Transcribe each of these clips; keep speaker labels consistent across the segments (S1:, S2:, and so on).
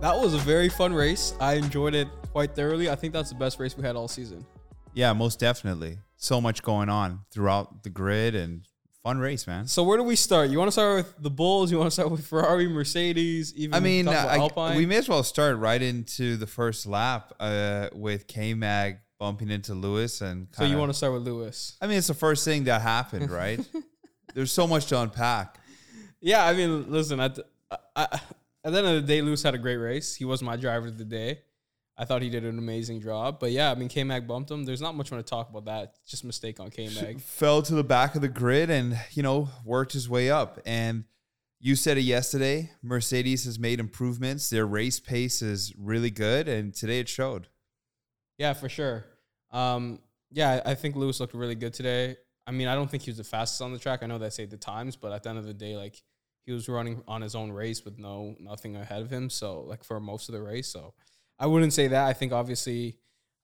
S1: That was a very fun race. I enjoyed it quite thoroughly. I think that's the best race we had all season.
S2: Yeah, most definitely. So much going on throughout the grid and fun race, man.
S1: So where do we start? You want to start with the Bulls? You want to start with Ferrari, Mercedes? Even
S2: I mean,
S1: talk about
S2: I,
S1: Alpine?
S2: we may as well start right into the first lap uh, with K Mag bumping into Lewis and
S1: so you want to start with Lewis?
S2: I mean, it's the first thing that happened, right? There's so much to unpack.
S1: Yeah, I mean, listen, at the, I, I, at the end of the day, Lewis had a great race. He was my driver of the day. I thought he did an amazing job. But yeah, I mean, K Mag bumped him. There's not much want to talk about that. It's just a mistake on K Mag.
S2: Fell to the back of the grid and, you know, worked his way up. And you said it yesterday Mercedes has made improvements. Their race pace is really good. And today it showed.
S1: Yeah, for sure. Um, yeah, I I think Lewis looked really good today. I mean, I don't think he was the fastest on the track. I know they say the times, but at the end of the day, like he was running on his own race with no nothing ahead of him. So like for most of the race, so I wouldn't say that. I think obviously,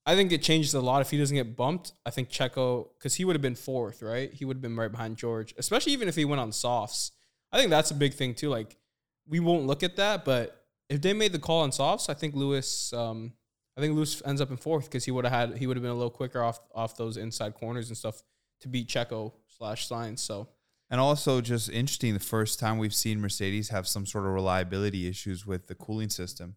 S1: I think it changes a lot if he doesn't get bumped. I think Checo because he would have been fourth, right? He would have been right behind George, especially even if he went on softs. I think that's a big thing too. Like we won't look at that, but if they made the call on softs, I think Lewis. Um, I think Lewis ends up in fourth because he would have had he would have been a little quicker off off those inside corners and stuff to beat Checo slash Science. So
S2: And also, just interesting, the first time we've seen Mercedes have some sort of reliability issues with the cooling system.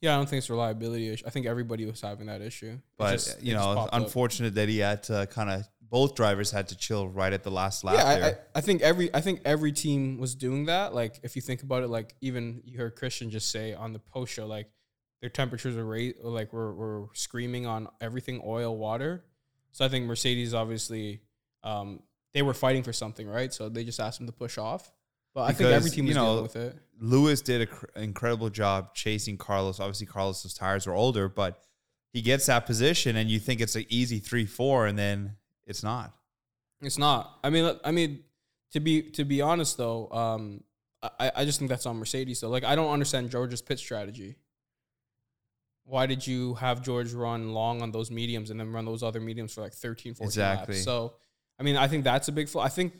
S1: yeah, I don't think it's a reliability issue. I think everybody was having that issue. It
S2: But, uh,
S1: just-
S2: you
S1: it just
S2: know,
S1: popped up.
S2: unfortunate that he had to kind of, both drivers had to chill right at the last lap
S1: Yeah,
S2: there.
S1: I, I, I think every I think every team was doing that. Like if you think about it, like even you heard Christian just say on the post show, like their temperatures are rate like were were screaming on everything, oil, water. So I think Mercedes obviously um, they were fighting for something, right? So they just asked them to push off. But I think
S2: Because,
S1: every team
S2: you
S1: was
S2: know,
S1: dealing with it.
S2: Lewis did an incredible job chasing Carlos. Obviously, Carlos's tires were older, but he gets that position, and you think it's an easy three four, and then it's not.
S1: It's not. I mean, look, I mean, to be to be honest though, um, I I just think that's on Mercedes though. Like I don't understand George's pit strategy. Why did you have George run long on those mediums and then run those other mediums for like 13, 14
S2: Exactly.
S1: laps? So, I mean, I think that's a big flaw. I think,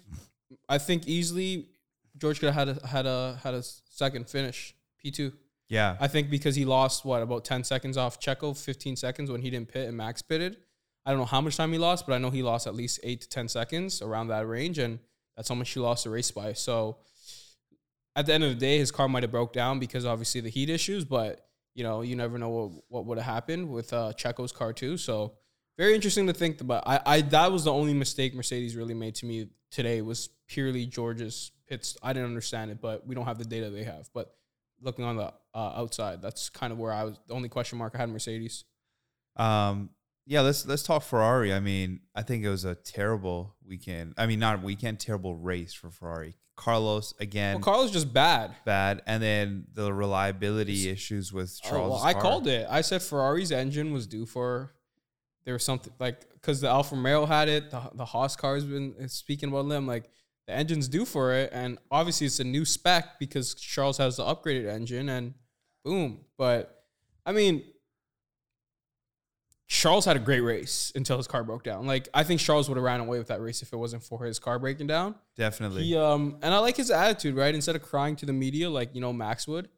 S1: I think easily George could have had a had a had a second finish P two.
S2: Yeah,
S1: I think because he lost what about ten seconds off Checo, fifteen seconds when he didn't pit and Max pitted. I don't know how much time he lost, but I know he lost at least eight to ten seconds around that range, and that's how much he lost the race by. So at the end of the day, his car might have broke down because obviously the heat issues, but you know you never know what what would have happened with uh, Checo's car too. So very interesting to think about. I, I that was the only mistake Mercedes really made to me today was purely George's pits. I didn't understand it, but we don't have the data they have. But looking on the uh, outside. That's kind of where I was. The only question mark I had Mercedes.
S2: um, yeah. Let's let's talk Ferrari. I mean, I think it was a terrible weekend. I mean, not weekend, terrible race for Ferrari. Carlos again
S1: well, Carlos just bad.
S2: bad, and then the reliability issues with
S1: Oh,
S2: Charles.
S1: well, I called it. I said Ferrari's engine was due for. There was something like because the Alfa Romeo had it. The the Haas car has been speaking about them. Like the engine's due for it, and obviously it's a new spec because Charles has the upgraded engine, and boom. But I mean, Charles had a great race until his car broke down. Like I think Charles would have ran away with that race if it wasn't for his car breaking down.
S2: definitely.
S1: He um and I like his attitude, right? Instead of crying to the media like you know Max would,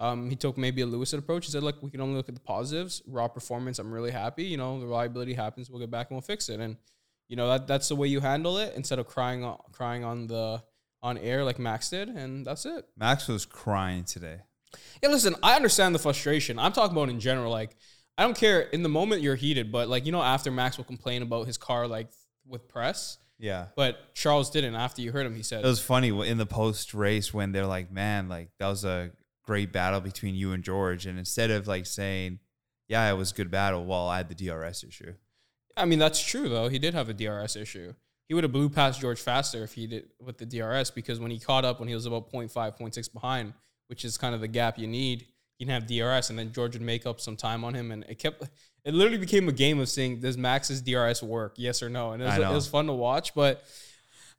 S1: um he took maybe a Lewis approach. He said, "Look, we can only look at the positives. Raw performance. I'm really happy. You know, the reliability happens. We'll get back and we'll fix it." And you know that that's the way you handle it instead of crying on crying on the on air like Max did, and that's it.
S2: Max was crying today.
S1: Yeah, listen, I understand the frustration. I'm talking about in general. Like, I don't care in the moment you're heated, but like you know, after Max will complain about his car like with press,
S2: Yeah.
S1: but Charles didn't. After you heard him, he said,
S2: It was funny w- in the post race when they're like, "Man, like that was a great battle between you and George," and instead of like saying, "Yeah, it was a good battle," well, I had the DRS issue.
S1: I mean, that's true though. He did have a DRS issue. He would have blew past George faster if he did with the DRS because when he caught up when he was about 0.5, 0.6 behind, which is kind of the gap you need, you didn't have DRS, and then George would make up some time on him, and it kept. It literally became a game of saying, "Does Max's DRS work? Yes or no?" And it was,
S2: I know.
S1: it was fun to watch, but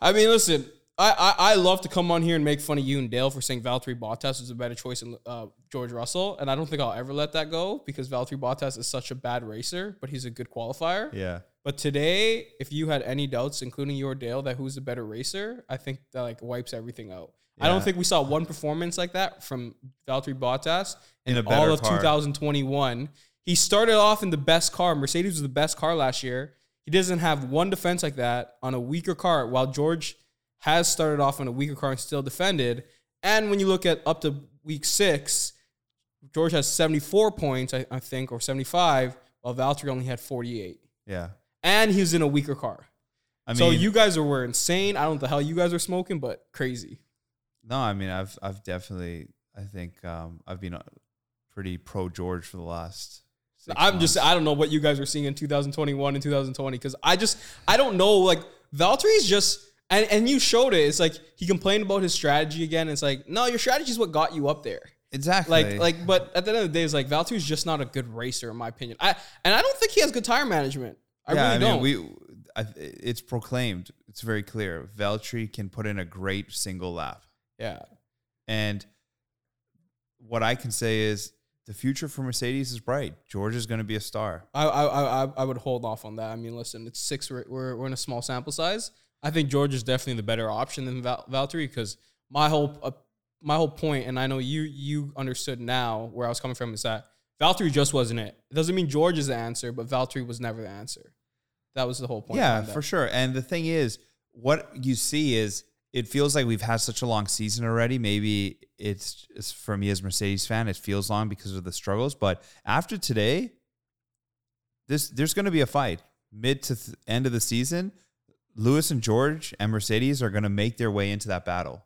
S1: I mean, listen, I, I I love to come on here and make fun of you and Dale for saying Valtteri Bottas was a better choice than uh, George Russell, and I don't think I'll ever let that go because Valtteri Bottas is such a bad racer, but he's a good qualifier.
S2: Yeah,
S1: But today, if you had any doubts, including your Dale, that who's the better racer, I think that like wipes everything out. I don't
S2: Yeah.
S1: think we saw one performance like that from Valtteri Bottas
S2: In
S1: in,
S2: a better
S1: all of
S2: car.
S1: 2021. He started off in the best car. Mercedes was the best car last year. He doesn't have one defense like that on a weaker car, while George has started off on a weaker car and still defended. And when you look at up to week six, George has 74 points, I, I think, or 75, while Valtteri only had 48
S2: Yeah.
S1: and he was in a weaker car.
S2: I mean,
S1: so you guys were insane. I don't know what the hell you guys were smoking, but crazy.
S2: no, I mean, I've, I've definitely, I think, um, I've been uh, pretty pro George for the last. Six
S1: I'm just
S2: months.
S1: I don't know what you guys were seeing in 2021 and 2020 because I just I don't know like Valtteri's just and and you showed it. It's like he complained about his strategy again. It's like no, your strategy is what got you up there.
S2: exactly
S1: Like like but at the end of the day, it's like Valtteri's just not a good racer in my opinion. I and I don't think he has good tire management. I really don't.
S2: we, I, it's proclaimed. It's very clear. Valtteri can put in a great single lap,
S1: yeah.
S2: and what I can say is the future for Mercedes is bright. George is going to be a star.
S1: I, I I I would hold off on that. I mean, listen, it's six. We're we're, we're in a small sample size. I think George is definitely the better option than Val- Valtteri because my whole uh, my whole point, and I know you you understood now where I was coming from is that Valtteri just wasn't it. It doesn't mean George is the answer, but Valtteri was never the answer. That was the whole point.
S2: Yeah,
S1: behind that.
S2: for sure. And the thing is, what you see is it feels like we've had such a long season already. Maybe it's, it's for me as a Mercedes fan, it feels long because of the struggles. But after today, this there's going to be a fight mid to th- end of the season. Lewis and George and Mercedes are going to make their way into that battle.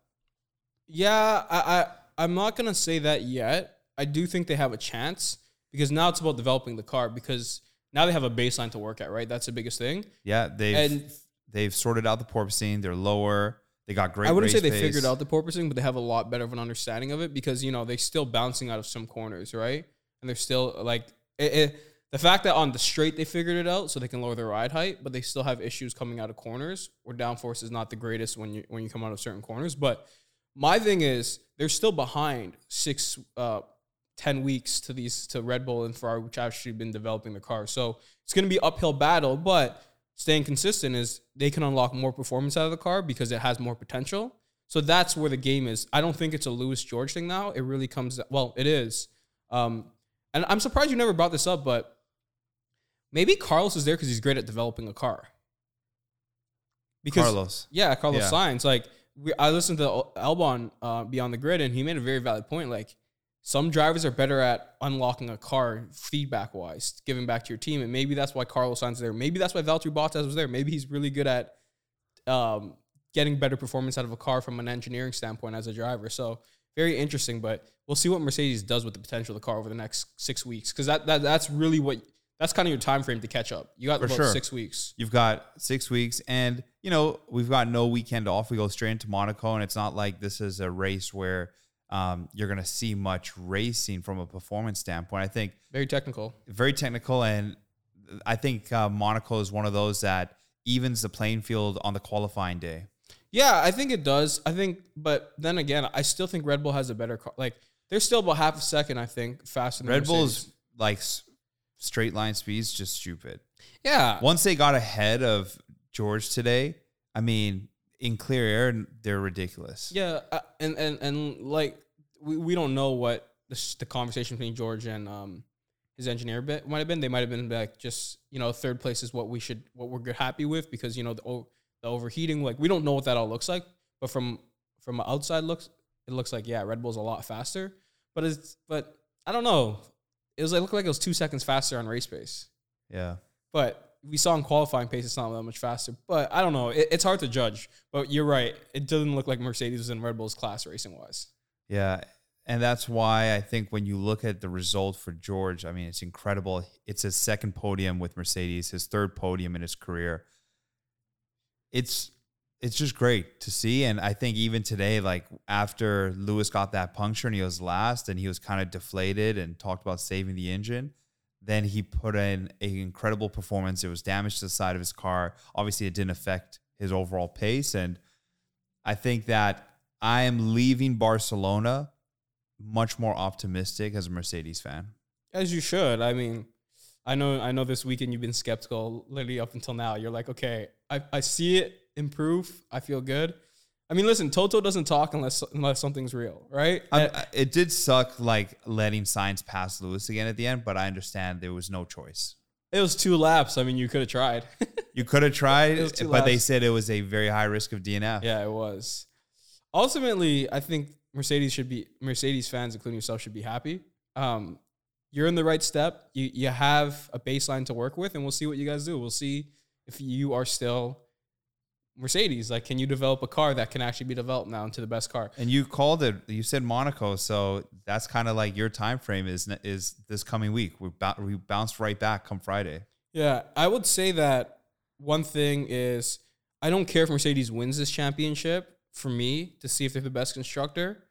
S1: Yeah, I, I I'm not gonna say that yet. I do think they have a chance because now it's about developing the car because now they have a baseline to work at. Right, that's the biggest thing.
S2: Yeah, they've
S1: And-
S2: they've sorted out the porpoising. They're lower. They got great.
S1: I wouldn't say
S2: race
S1: they
S2: pace.
S1: figured out the porpoising, but they have a lot better of an understanding of it because you know they're still bouncing out of some corners, right? And they're still like it, it- the fact that on the straight they figured it out, so they can lower their ride height, but they still have issues coming out of corners where downforce is not the greatest when you when you come out of certain corners. But my thing is they're still behind six, uh, ten weeks to these to Red Bull and Ferrari, which actually been developing the car. So it's going to be uphill battle, but staying consistent is they can unlock more performance out of the car because it has more potential. So that's where the game is. I don't think it's a Lewis George thing now. It really comes well, it is. Um, and I'm surprised you never brought this up, but maybe Carlos is there because he's great at developing a car.
S2: Carlos.
S1: Yeah, Carlos
S2: Yeah.
S1: Sainz. Like we, I listened to Al- Albon uh, beyond the grid, and he made a very valid point. Like some drivers are better at unlocking a car feedback wise, giving back to your team, and maybe that's why Carlos Sainz is there. Maybe that's why Valtteri Bottas was there. Maybe he's really good at um, getting better performance out of a car from an engineering standpoint as a driver. So very interesting, but we'll see what Mercedes does with the potential of the car over the next six weeks because that, that that's really what that's kind of your time frame to catch up. You got
S2: For
S1: about
S2: sure.
S1: six weeks.
S2: You've got six weeks, and you know we've got no weekend off. We go straight into Monaco, and it's not like this is a race where um, you're going to see much racing from a performance standpoint. I think
S1: Very technical.
S2: very technical, and I think uh, Monaco is one of those that evens the playing field on the qualifying day.
S1: Yeah, I think it does. I think, but then again, I still think Red Bull has a better car. Like they're still about half a second, I think, faster. Than
S2: Red
S1: Mercedes.
S2: Bull's like s- straight line speeds just stupid.
S1: yeah,
S2: Once they got ahead of George today, I mean, in clear air, they're ridiculous.
S1: yeah, uh, and and and like we, we don't know what the, s- the conversation between George and um his engineer bit might have been. They might have been like just you know third place is what we should what we're good happy with because you know the o- the overheating like we don't know what that all looks like, but from from a outside looks it looks like yeah Red Bull's a lot faster, but it's but I don't know. It was like looked like it was two seconds faster on race pace.
S2: yeah.
S1: But we saw in qualifying pace, it's not that much faster. But I don't know. It, it's hard to judge. But you're right. It doesn't look like Mercedes was in Red Bull's class racing wise.
S2: Yeah. And that's why I think when you look at the result for George, I mean, it's incredible. It's his second podium with Mercedes, his third podium in his career. It's it's just great to see. And I think even today, like after Lewis got that puncture and he was last and he was kind of deflated and talked about saving the engine, then he put in an incredible performance. It was damage to the side of his car. Obviously, it didn't affect his overall pace. And I think that I am leaving Barcelona much more optimistic as a Mercedes fan.
S1: As you should. I mean, I know, I know. This weekend you've been skeptical, literally up until now. You're like, okay, I, I see it improve. I feel good. I mean, listen, Toto doesn't talk unless unless something's real, right?
S2: I, I- it did suck, like letting signs pass Lewis again at the end, but I understand there was no choice.
S1: it was two laps. I mean, you could have tried.
S2: You could have tried,
S1: was
S2: but
S1: two
S2: they
S1: laps.
S2: said it was a very high risk of DNF.
S1: yeah, it was. Ultimately, I think Mercedes should be Mercedes fans, including yourself, should be happy. Um, you're in the right step. You you have a baseline to work with, and we'll see what you guys do. We'll see if you are still Mercedes. Like, can you develop a car that can actually be developed now into the best car?
S2: And you called it. You said Monaco, so that's kind of like your time frame is is this coming week. We bou- we bounce right back come Friday.
S1: Yeah, I would say that one thing is I don't care if Mercedes wins this championship for me to see if they're the best constructor.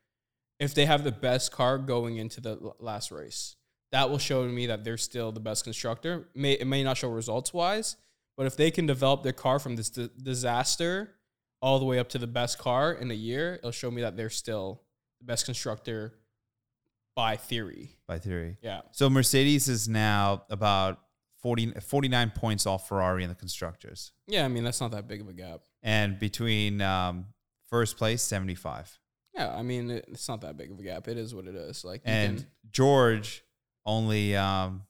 S1: If they have the best car going into the l- last race, that will show to me that they're still the best constructor. May, it may not show results wise, but if they can develop their car from this d- disaster all the way up to the best car in a year, it'll show me that they're still the best constructor by theory.
S2: By theory,
S1: Yeah.
S2: so Mercedes is now about 40, 49 points off Ferrari in the constructors,
S1: Yeah, I mean, that's not that big of a gap.
S2: and between um, first place seventy five.
S1: Yeah, I mean it- it's not that big of a gap. It is what it is. Like you
S2: and
S1: can-
S2: George only um,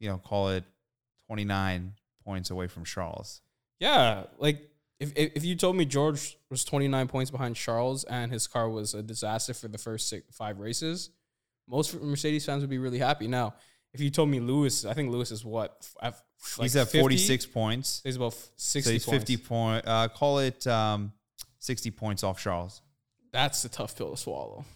S2: you know call it 29 points away from Charles.
S1: yeah, like if, if if you told me George was 29 points behind Charles and his car was a disaster for the first six, five races, most Mercedes fans would be really happy. Now, if you told me Lewis, I think Lewis is what f- f- like
S2: he's at
S1: 50?
S2: 46 points.
S1: He's about f- 60
S2: So he's
S1: points.
S2: 50 point uh, call it um, 60 points off Charles.
S1: That's a tough pill to swallow.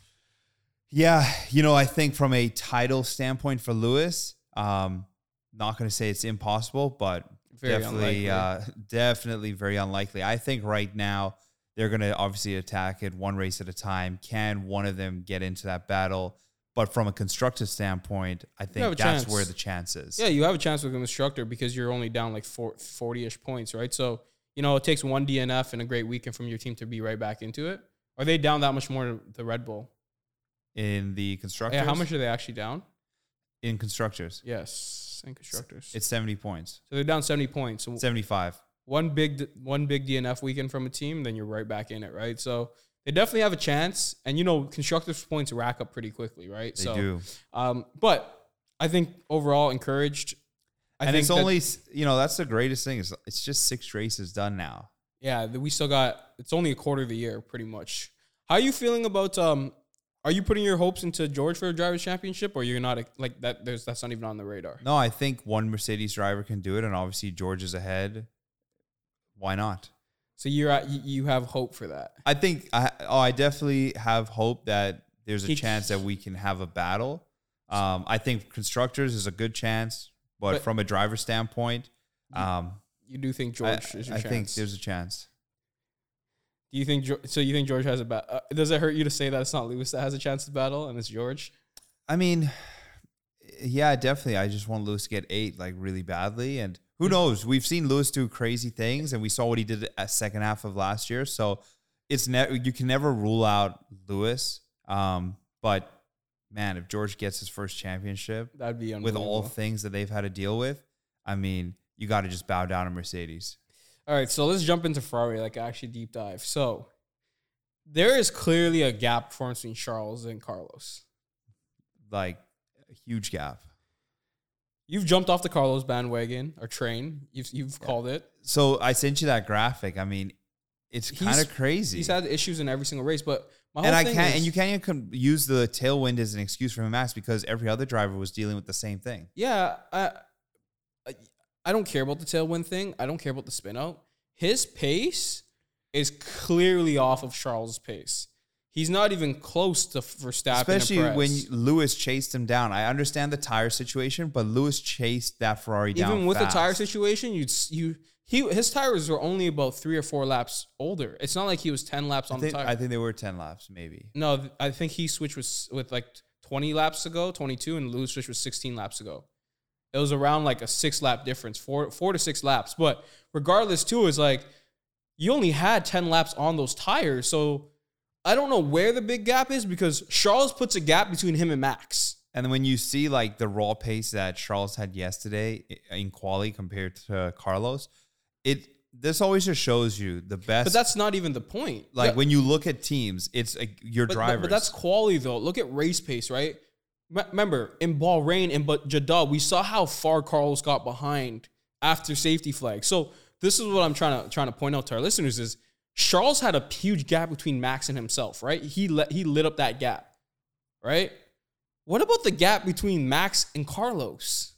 S2: Yeah, you know, I think from a title standpoint for Lewis, um, not going to say it's impossible, but
S1: Very
S2: definitely,
S1: unlikely.
S2: uh, definitely very unlikely. I think right now they're going to obviously attack it one race at a time. Can one of them get into that battle? But from a constructive standpoint, I
S1: have a
S2: think that's
S1: chance.
S2: where the chance is.
S1: Yeah, you have a chance with an instructor because you're only down like 40 ish points, right? So, you know, it takes one DNF and a great weekend from your team to be right back into it. Are they down that much more to the Red Bull?
S2: In the constructors,
S1: Yeah, how much are they actually down?
S2: in constructors?
S1: Yes, and constructors.
S2: It's seventy points,
S1: so they're down seventy points. So
S2: seventy-five.
S1: one big one big DNF weekend from a team, then you're right back in it, right? So they definitely have a chance, and you know constructors points rack up pretty quickly, right?
S2: They
S1: so,
S2: do.
S1: Um, but I think overall encouraged. I
S2: and
S1: think
S2: it's
S1: that-
S2: only you know that's the greatest thing is it's just six races done now.
S1: yeah that we still got it's only a quarter of the year pretty much. How are you feeling about um? Are you putting your hopes into George for a drivers championship, or you're not like that? There's that's not even on the radar.
S2: No, I think one Mercedes driver can do it, and obviously George is ahead. Why not?
S1: So you're at you- you have hope for that.
S2: I think I oh, I definitely have hope that there's a
S1: He-
S2: chance that we can have a battle. Um, I think constructors is a good chance, but,
S1: But-
S2: from a driver standpoint, um,
S1: You do think
S2: I,
S1: George is your
S2: I
S1: chance?
S2: think there's a chance.
S1: Do you think Geo- so? You think George has a bat? Uh, does it hurt you to say that it's not Lewis that has a chance to battle and it's George?
S2: I mean, yeah, definitely. I just want Lewis to get eight like really badly, and
S1: Mm-hmm.
S2: who knows? We've seen Lewis do crazy things, and we saw what he did at second half of last year. So it's ne- you can never rule out Lewis. Um, but man, if George gets his first championship
S1: That'd be
S2: with
S1: unbelievable.
S2: all things that they've had to deal with, I mean, you got to just bow down to Mercedes.
S1: all right, so let's jump into Ferrari, like actually deep dive. So there is clearly a gap formed between Charles and Carlos.
S2: Like a huge gap.
S1: You've jumped off the Carlos bandwagon or train. You've you've called it.
S2: So I sent you that graphic. I mean, it's
S1: He's-
S2: kind of crazy.
S1: He's had issues in every single race, but my whole
S2: and I
S1: thing
S2: can't,
S1: is-
S2: and you can't even con- use the tailwind as an excuse for him ass because every other driver was dealing with the same thing.
S1: Yeah, I, I I don't care about the tailwind thing. I don't care about the spin out. His pace is clearly off of Charles' pace. He's not even close to Verstappen.
S2: Especially
S1: and Perez.
S2: when Lewis chased him down. I understand the tire situation, but Lewis chased that Ferrari down.
S1: even with
S2: fast.
S1: the tire situation, you you he his tires were only about three or four laps older. It's not like he was ten laps on
S2: I think,
S1: the tire.
S2: I think they were ten laps, maybe.
S1: no, th- I think he switched with with like twenty laps ago, twenty two, and Lewis switched with sixteen laps ago. It was around like a six lap difference, four four to six laps. But regardless, too, is like you only had ten laps on those tires, so I don't know where the big gap is because Charles puts a gap between him and Max.
S2: And then when you see like the raw pace that Charles had yesterday i- in quali compared to Carlos, it this always just shows you the best.
S1: But that's not even the point.
S2: like
S1: That-
S2: when you look at teams, it's like your
S1: but, but-
S2: drivers.
S1: But, that's quality though. Look at race pace, right? Me- Remember in Bahrain and but Jeddah, we saw how far Carlos got behind after safety flag. So this is what I'm trying to trying to point out to our listeners is Charles had a huge gap between Max and himself, right? He let he lit up that gap, right? What about the gap between Max and Carlos?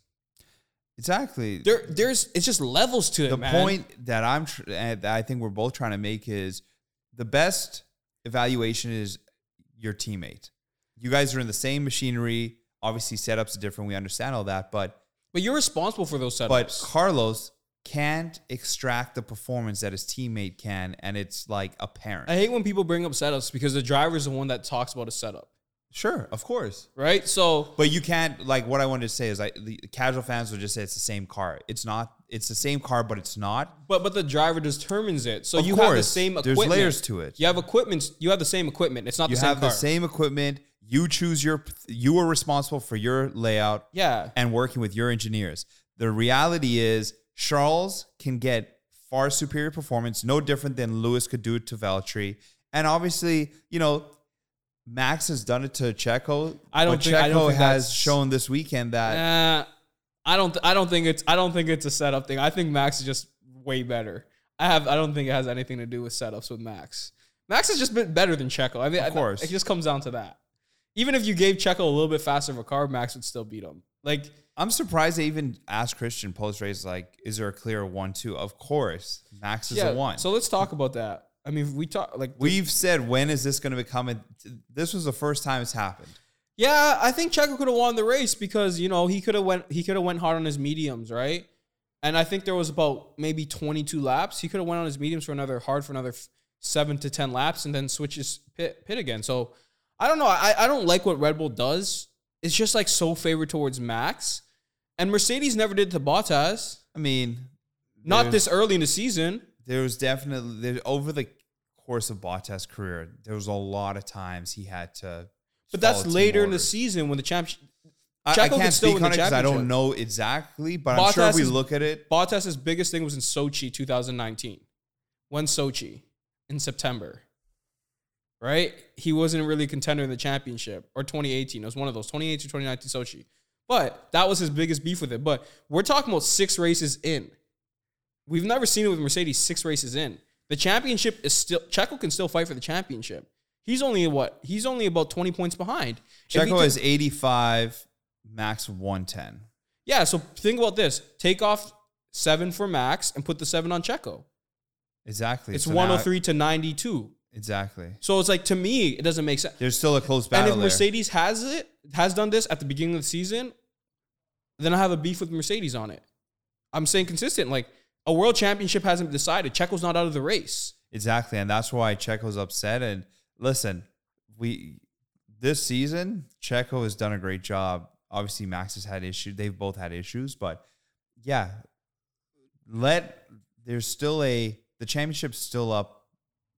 S2: exactly
S1: There, there's it's just levels to it.
S2: the
S1: man.
S2: point that I'm tr- and that I think we're both trying to make is the best evaluation is your teammate. You guys are in the same machinery. Obviously, setups are different. We understand all that, but
S1: but you're responsible for those setups.
S2: but Carlos can't extract the performance that his teammate can, and it's like apparent.
S1: I hate when people bring up setups because the driver's the one that talks about a setup,
S2: sure, of course,
S1: right? So
S2: but you can't like what I wanted to say is like the casual fans will just say it's the same car. It's not. It's the same car, but it's not.
S1: But but the driver determines it. So
S2: Of
S1: you have the
S2: course,
S1: same
S2: there's
S1: equipment.
S2: layers to it.
S1: You have equipment. You have the same equipment. It's not
S2: you
S1: the same
S2: have
S1: car.
S2: the same equipment. You choose your. You are responsible for your layout
S1: Yeah.
S2: and working with your engineers. The reality is Charles can get far superior performance, no different than Lewis could do it to Valtteri. And obviously, you know, Max has done it to Checo.
S1: I don't
S2: but
S1: think-
S2: Checo
S1: I don't think
S2: has
S1: that's-
S2: shown this weekend that
S1: Uh, I don't. I don't think it's. I don't think it's a setup thing. I think Max is just way better. I have. I don't think it has anything to do with setups with Max. Max has just been better than Checo. I mean,
S2: Of
S1: I-
S2: course.
S1: it just comes down to that. Even if you gave Checo a little bit faster of a car, Max would still beat him. Like
S2: I'm surprised they even asked Christian post race like, is there a clear one two? Of course, Max is
S1: yeah.
S2: a one.
S1: So let's talk about that. I mean, we talk like
S2: We've said when is this going to become a? This was the first time it's happened.
S1: Yeah, I think Checo could have won the race because you know he could have went he could have went hard on his mediums, right? And I think there was about maybe 22 laps. He could have went on his mediums for another hard for another f- seven to 10 laps, and then switches pit pit again. So I don't know. I I don't like what Red Bull does. It's just like so favored towards Max, and Mercedes never did to Bottas.
S2: I mean,
S1: Not
S2: there's-
S1: this early in the season.
S2: there was definitely there, over the course of Bottas' career, there was a lot of times he had to.
S1: But that's
S2: follow team
S1: later in the
S2: orders.
S1: season when the championship.
S2: I, I
S1: Checo could
S2: can't
S1: still
S2: speak
S1: win
S2: on
S1: the
S2: it because I
S1: championship.
S2: don't know exactly, but I'm sure
S1: Bottas
S2: if we
S1: is-
S2: look at it,
S1: Bottas's biggest thing was in Sochi 2019. Won Sochi in September. Right? He wasn't really a contender in the championship or 2018. It was one of those 2018 2019 Sochi. But that was his biggest beef with it. But we're talking about six races in. We've never seen it with Mercedes six races in. The championship is still Checo can still fight for the championship. He's only what? He's only about 20 points behind. If he
S2: Checo
S1: can-
S2: is 85, Max 110.
S1: Yeah, so think about this. Take off 7 for Max and put the 7 on Checo.
S2: Exactly.
S1: It's
S2: So now-
S1: 103 to 92.
S2: exactly.
S1: So it's like to me, it doesn't make sense.
S2: There's still a close
S1: And
S2: battle
S1: if
S2: there.
S1: Mercedes has it, has done this at the beginning of the season, then I have a beef with Mercedes on it. I'm saying consistent. Like a world championship hasn't been decided. Checo's not out of the race.
S2: Exactly, and that's why Checo's upset. And listen, we this season Checo has done a great job. Obviously, Max has had issues. They've both had issues, but yeah, let there's still a the championship's still up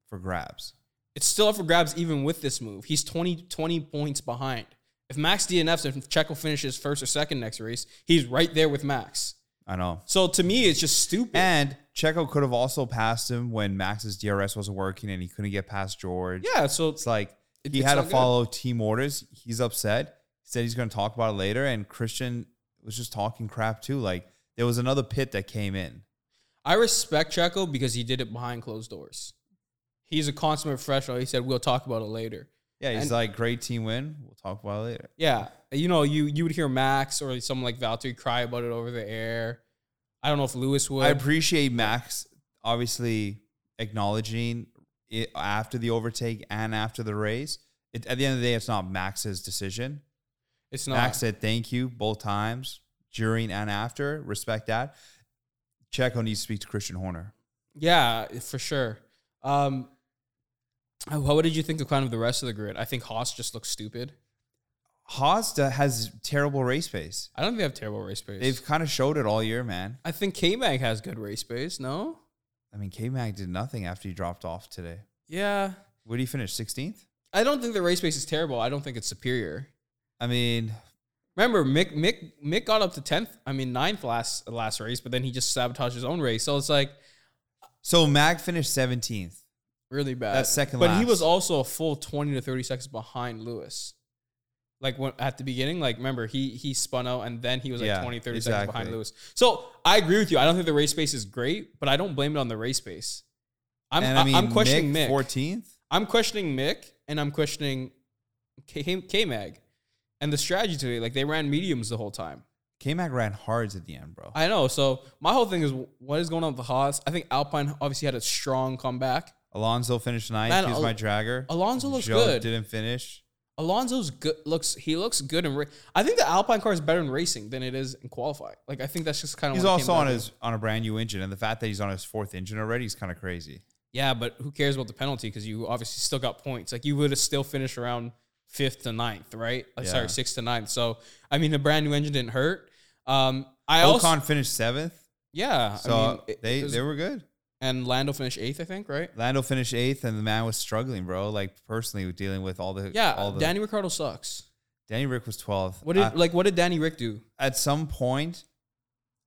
S2: for grabs.
S1: It's still up for grabs even with this move. He's 20, 20 points behind. If Max DNFs and if Checo finishes first or second next race, he's right there with Max.
S2: I know.
S1: So to me, it's just stupid.
S2: And Checo could have also passed him when Max's DRS wasn't working and he couldn't get past George.
S1: yeah, so
S2: It's like
S1: It-
S2: he
S1: it's
S2: had to
S1: not good.
S2: follow team orders. He's upset. He said he's going to talk about it later. And Christian was just talking crap too. Like there was another pit that came in.
S1: I respect Checo because he did it behind closed doors. He's a consummate professional. He said, "We'll talk about it later."
S2: Yeah, he's
S1: And-
S2: like, great team win. We'll talk about it later.
S1: Yeah, you know, you you would hear Max or someone like Valtteri cry about it over the air. I don't know if Lewis would.
S2: I appreciate Max obviously acknowledging it after the overtake and after the race. It, at the end of the day, it's not Max's decision.
S1: it's not.
S2: Max said thank you both times during and after. Respect that. Checo needs to speak to Christian Horner.
S1: Yeah, for sure. Um, uh, what did you think of kind of the rest of the grid? I think Haas just looks stupid.
S2: Haas da- has terrible race pace.
S1: I don't think they have terrible race pace.
S2: They've kind of showed it all year, man.
S1: I think K Mag has good race pace. No.
S2: I mean, K Mag did nothing after he dropped off today.
S1: Yeah,
S2: Where did he finish? 16th?
S1: I don't think the race pace is terrible. I don't think it's superior.
S2: I mean,
S1: Remember, Mick Mick Mick got up to tenth. I mean ninth last last race, but then he just sabotaged his own race. So it's like
S2: So Mag finished 17th.
S1: really bad.
S2: That's second
S1: But he
S2: last.
S1: was also a full twenty to thirty seconds behind Lewis. Like when, at the beginning, like remember he he spun out and then he was like
S2: Yeah,
S1: 20, 30 seconds
S2: exactly.
S1: behind Lewis. So I agree with you. I don't think the race pace is great, but I don't blame it on the race pace. I'm
S2: and
S1: I
S2: I mean,
S1: am questioning Mick.
S2: 14th.
S1: I'm questioning Mick and I'm questioning K K Mag and the strategy to it. Like they ran mediums the whole time.
S2: K Mag ran hards at the end, bro.
S1: I know. So my whole thing is what is going on with the Haas? I think Alpine obviously had a strong comeback.
S2: Alonso finished ninth.
S1: Man,
S2: he was
S1: Al-
S2: my dragger.
S1: Alonso looks
S2: Joe
S1: good.
S2: didn't finish.
S1: Alonso's good looks he looks good in ra- I think the Alpine car is better in racing than it is in qualifying. Like I think that's just kind of
S2: He's also on his on a brand new engine, and the fact that he's on his fourth engine already is kind of crazy.
S1: Yeah, but who cares about the penalty because you obviously still got points. Like you would have still finished around fifth to ninth, right? Like,
S2: Yeah.
S1: Sorry, sixth to ninth. So I mean, the brand new engine didn't hurt. Um, I
S2: Ocon
S1: also
S2: finished seventh,
S1: yeah.
S2: so
S1: I mean, it-
S2: they
S1: it was-
S2: they were good.
S1: and Lando finished eighth, I think, right?
S2: Lando finished eighth, and the man was struggling, bro. Like personally, dealing with all the
S1: Yeah,
S2: All the,
S1: Danny Ricardo sucks.
S2: Danny Rick was twelfth.
S1: What did like what did Danny Rick do?
S2: at some point,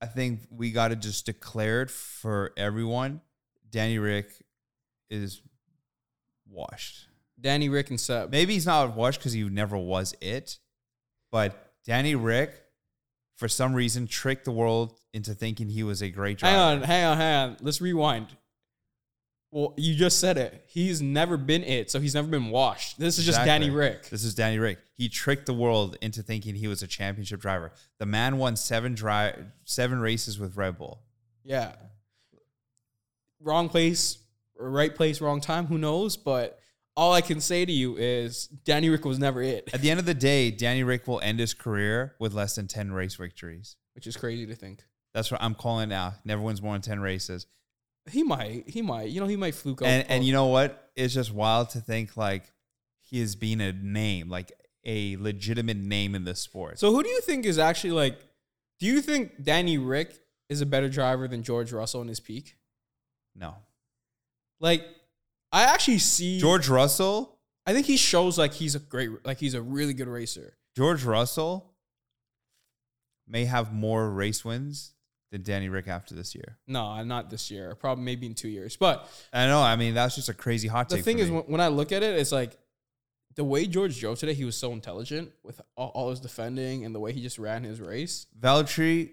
S2: I think we got to just declare it for everyone. Danny Rick is washed.
S1: Danny Rick and Seb.
S2: Maybe he's not washed because he never was it, but Danny Rick, for some reason, tricked the world into thinking he was a great
S1: hang on,
S2: driver.
S1: hang on, hang on. Let's rewind. Well, you just said it. He's never been it, so he's never been washed. This is just
S2: Exactly.
S1: Danny Rick.
S2: This is Danny Rick. He tricked the world into thinking he was a championship driver. The man won seven dri- seven races with Red Bull.
S1: Yeah. Wrong place, or right place, wrong time. Who knows? But all I can say to you is Danny Rick was never it,
S2: At the end of the day, Danny Rick will end his career with less than ten race victories.
S1: which is crazy to think.
S2: That's what I'm calling now. Never wins more than 10 races.
S1: He might, he might, you know, he might fluke.
S2: and and you know what? It's just wild to think like he is being a name, like a legitimate name in this sport.
S1: so who do you think is actually like? Do you think Danny Rick is a better driver than George Russell in his peak?
S2: no.
S1: Like, I actually see
S2: George Russell,
S1: I think he shows like he's a great, like he's a really good racer.
S2: George Russell may have more race wins than Danny Rick after this year.
S1: No, not this year. Probably maybe in two years. But
S2: I know. I mean, that's just a crazy hot
S1: the
S2: take.
S1: thing
S2: for
S1: is,
S2: me.
S1: when, when I look at it, it's like the way George drove today. He was so intelligent with all, all his defending and the way he just ran his race.
S2: Valtteri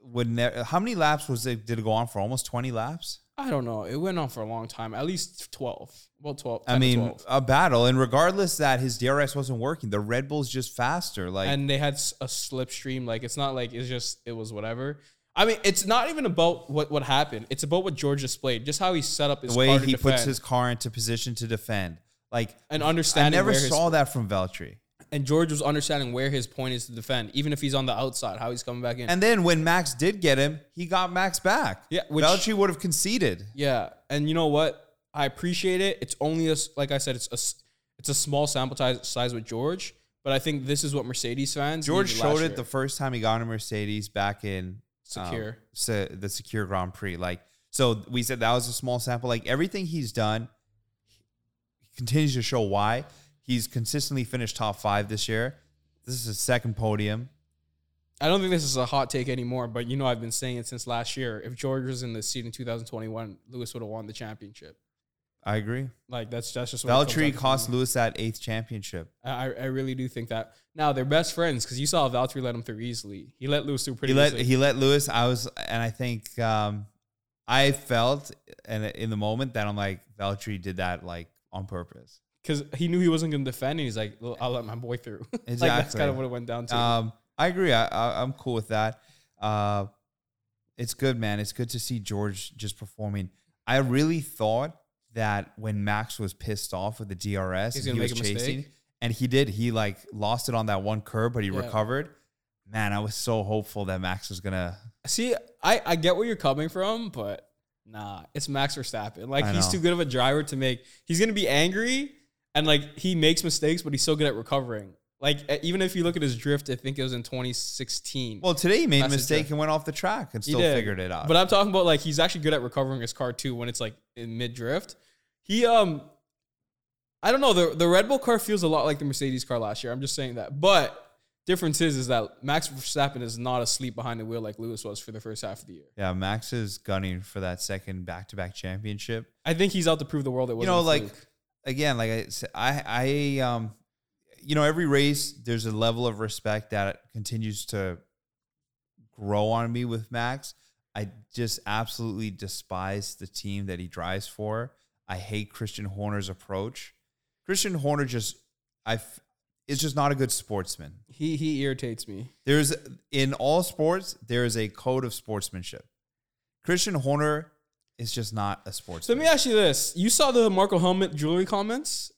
S2: would never. How many laps was it? Did it go on for almost 20 laps?
S1: I don't know. It went on for a long time. At least twelve. Well, twelve.
S2: I
S1: 10 to
S2: mean,
S1: 12.
S2: a battle. And regardless that his DRS wasn't working, the Red Bull's just faster. Like,
S1: and they had s- a slipstream. Like it's not like it's just it was whatever. I mean, it's not even about what what happened. It's about what George displayed, just how he set up his
S2: the way
S1: car to
S2: he puts
S1: defend
S2: his car into position to defend. Like
S1: and
S2: I
S1: understanding.
S2: never
S1: where his
S2: saw that from Valtteri.
S1: And George was understanding where his point is to defend, even if he's on the outside, how he's coming back in.
S2: And then when Max did get him, he got Max back.
S1: Yeah, which-
S2: Valtteri would have conceded.
S1: yeah, and you know what? I appreciate it. It's only a s like I said, it's a s- it's a small sample size, size with George, but I think this is what Mercedes fans
S2: George
S1: needed last
S2: showed it
S1: year.
S2: the first time he got a Mercedes back in um,
S1: Secure.
S2: se- the secure Grand Prix. Like so, we said that was a small sample. Like everything he's done, he continues to show why he's consistently finished top five this year. This is his second podium.
S1: I don't think this is a hot take anymore, but you know I've been saying it since last year. If George was in the seat in 2021, Lewis would have won the championship.
S2: I agree.
S1: Like that's that's just what it comes down
S2: Valtteri
S1: to
S2: cost
S1: me.
S2: Lewis that eighth championship.
S1: I, I really do think that. Now they're best friends because you saw Valtteri let him through easily. He let Lewis through pretty
S2: he let
S1: easily.
S2: he let Lewis. I was, and I think um, I felt, and in the moment that I'm like Valtteri did that like on purpose.
S1: because he knew he wasn't going to defend, and he's like, "Well, "I'll let my boy through." like that's
S2: Exactly.
S1: kind of what it went down to.
S2: Um, I agree. I, I I'm cool with that. Uh, it's good, man. It's good to see George just performing. I really thought that when Max was pissed off with the DRS,
S1: He's
S2: and he
S1: gonna
S2: was
S1: make a mistake.
S2: chasing, and he did. He like lost it on that one curb, but he
S1: Yeah.
S2: recovered. Man, I was so hopeful that Max was gonna
S1: See, I I get where you're coming from, but nah, it's Max Verstappen. Like
S2: I
S1: he's
S2: know.
S1: too good of a driver to make. He's going to be angry, and like he makes mistakes, but he's so good at recovering. Like e- even if you look at his drift, I think it was in 2016.
S2: Well, today he made a
S1: That's the
S2: mistake
S1: drift.
S2: and went off the track and
S1: He
S2: still
S1: did.
S2: figured it out.
S1: But I'm talking about like he's actually good at recovering his car too when it's like in mid drift. He um I don't know, the the Red Bull car feels a lot like the Mercedes car last year. I'm just saying that. But difference is is that Max Verstappen is not asleep behind the wheel like Lewis was for the first half of the year.
S2: Yeah, Max is gunning for that second back-to-back championship.
S1: I think he's out to prove the world it
S2: you
S1: wasn't. a
S2: know, like
S1: fluke.
S2: again, like I, s- I, I, um, you know, every race there's a level of respect that continues to grow on me with Max. I just absolutely despise the team that he drives for. I hate Christian Horner's approach. Christian Horner just, I, f- is just not a good sportsman.
S1: he he irritates me.
S2: There's in all sports there is a code of sportsmanship. Christian Horner is just not
S1: So
S2: a
S1: let
S2: sportsman.
S1: me ask you this: You saw the Marco Helmet jewelry comments.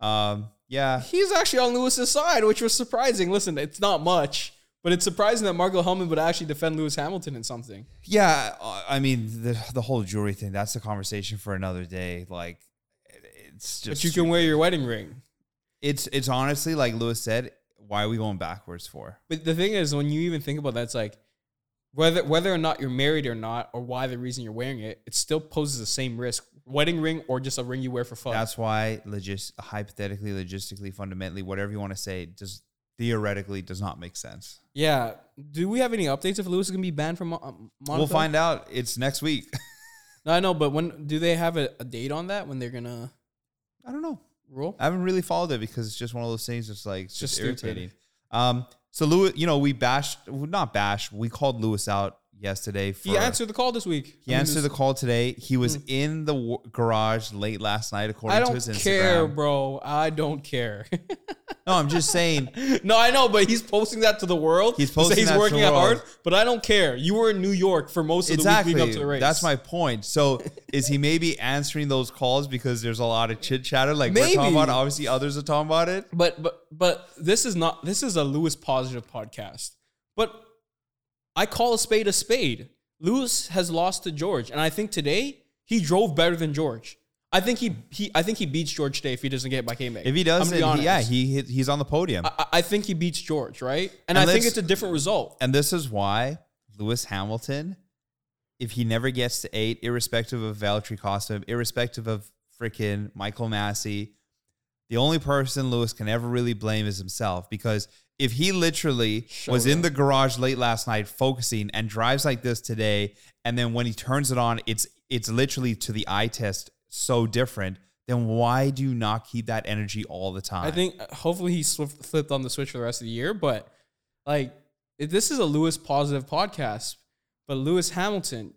S2: um, yeah,
S1: He's actually on Lewis's side, which was surprising. Listen, it's not much, but it's surprising that Marco Helmet would actually defend Lewis Hamilton in something.
S2: Yeah, uh, I- I mean the the whole jewelry thing. That's a conversation for another day. Like, it- it's just
S1: but you can wear your wedding ring.
S2: It's it's honestly like Lewis said. Why are we going backwards for?
S1: But the thing is, when you even think about that, it's like whether whether or not you're married or not, or why the reason you're wearing it, it still poses the same risk: wedding ring or just a ring you wear for fun.
S2: That's why logis- hypothetically, logistically, fundamentally, whatever you want to say, just theoretically does not make sense.
S1: yeah. Do we have any updates if Lewis is gonna be banned from Mo- um, Monaco?
S2: We'll find out. It's next week.
S1: No, I know, but when do they have a, a date on that? When they're gonna
S2: I don't know.
S1: rule?
S2: I haven't really followed it because it's just one of those things. It's like it's
S1: Just
S2: just,
S1: stupid.
S2: irritating. Um, so Lewis, you know, we bashed, well, not bashed. We called Lewis out yesterday. For,
S1: He answered the call this week.
S2: He answered the call today. He was in the w- garage late last night, according
S1: Hmm. I
S2: to
S1: don't
S2: his Instagram.
S1: care, bro. I don't care.
S2: No, I'm just saying.
S1: no, I know, but he's posting that to the world.
S2: He's
S1: to say
S2: posting
S1: he's
S2: that to
S1: working
S2: the
S1: out
S2: world.
S1: hard, but I don't care. You were in New York for most of the week leading
S2: exactly.
S1: up to the race.
S2: That's my point. So, is he maybe answering those calls because there's a lot of chit chatter? Like we're
S1: Maybe.
S2: talking about. it, Obviously, others are talking about it.
S1: But but but this is not this is a Lewis positive podcast. But I call a spade a spade. Lewis has lost to George, and I think today he drove better than George. I think he, he I think he beats George today if he doesn't get by K
S2: If he does, not yeah, he he's on the podium.
S1: I, I think he beats George, right? And,
S2: And
S1: I think
S2: let's-
S1: it's a different result.
S2: And this is why Lewis Hamilton, if he never gets to eight, irrespective of Valtteri Costa, irrespective of freaking Michael Massey, the only person Lewis can ever really blame is himself because if he literally was in the garage late last night focusing and drives like this today, and then when he turns it on, it's it's literally to the eye test so different. Then why do you not keep that energy all the time?
S1: I think uh, hopefully he swi- flipped on the switch for the rest of the year, but like if this is a Lewis positive podcast. But Lewis Hamilton,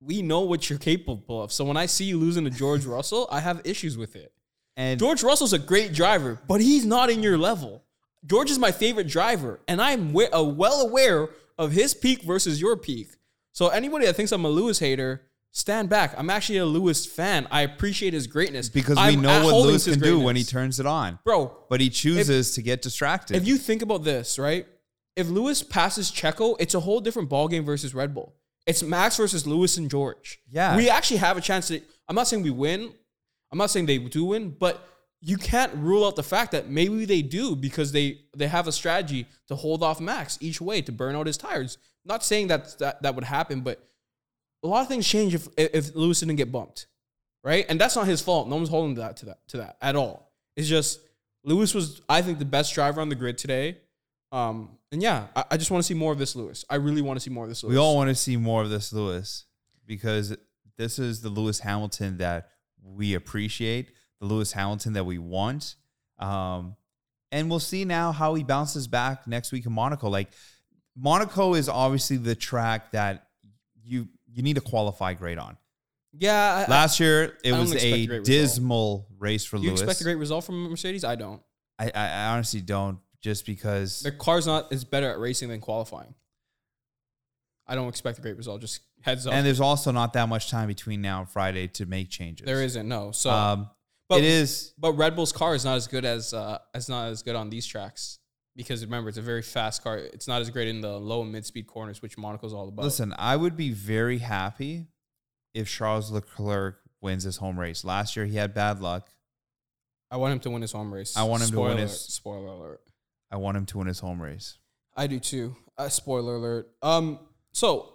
S1: we know what you're capable of. So when I see you losing to George Russell, I have issues with it.
S2: and
S1: George Russell's a great driver, but he's not in your level. George is my favorite driver, and I'm we- uh, well aware of his peak versus your peak. So anybody that thinks I'm a Lewis hater, stand back. I'm actually a Lewis fan. I appreciate his greatness
S2: because we
S1: I'm at-
S2: know what
S1: holding
S2: Lewis
S1: to his
S2: can do when he
S1: greatness.
S2: turns it on.
S1: Bro,
S2: but he chooses to get distracted.
S1: if you think about this, right? If Lewis passes Checo, it's a whole different ballgame versus Red Bull. It's Max versus Lewis and George.
S2: Yeah.
S1: We actually have a chance to. I'm not saying we win. I'm not saying they do win, but you can't rule out the fact that maybe they do because they they have a strategy to hold off Max each way to burn out his tires. Not saying that that, that would happen, but a lot of things change if if Lewis didn't get bumped right? And that's not his fault. No one's holding that to that to that at all. It's just Lewis was, I think, the best driver on the grid today. Um, and yeah, I, I just want to see more of this Lewis. I really want to see more of this Lewis.
S2: we all want to see more of this Lewis because this is the Lewis Hamilton that we appreciate, the Lewis Hamilton that we want. Um, and we'll see now how he bounces back next week in Monaco. Like Monaco is obviously the track that you you need to qualify great on.
S1: yeah, I- I,
S2: Last year it
S1: I don't
S2: was
S1: expect a
S2: a
S1: great result.
S2: dismal race for
S1: you
S2: Lewis.
S1: expect a great result from Mercedes? I don't.
S2: I, I I honestly don't just because
S1: Their car's not is better at racing than qualifying. I don't expect a great result. Just heads up.
S2: and there's also not that much time between now and Friday to make changes.
S1: there isn't no. So,
S2: Um,
S1: but
S2: it is
S1: but Red Bull's car is not as good as uh, it's not as good on these tracks because remember it's a very fast car. It's not as great in the low and mid speed corners, which Monaco's all about.
S2: listen i would be very happy if charles leclerc wins his home race last year he had bad luck
S1: I want him to win his home race.
S2: I want him to
S1: spoiler
S2: win
S1: alert,
S2: his-
S1: spoiler alert.
S2: i want him to win his home race
S1: I do too. Uh, spoiler alert. Um, so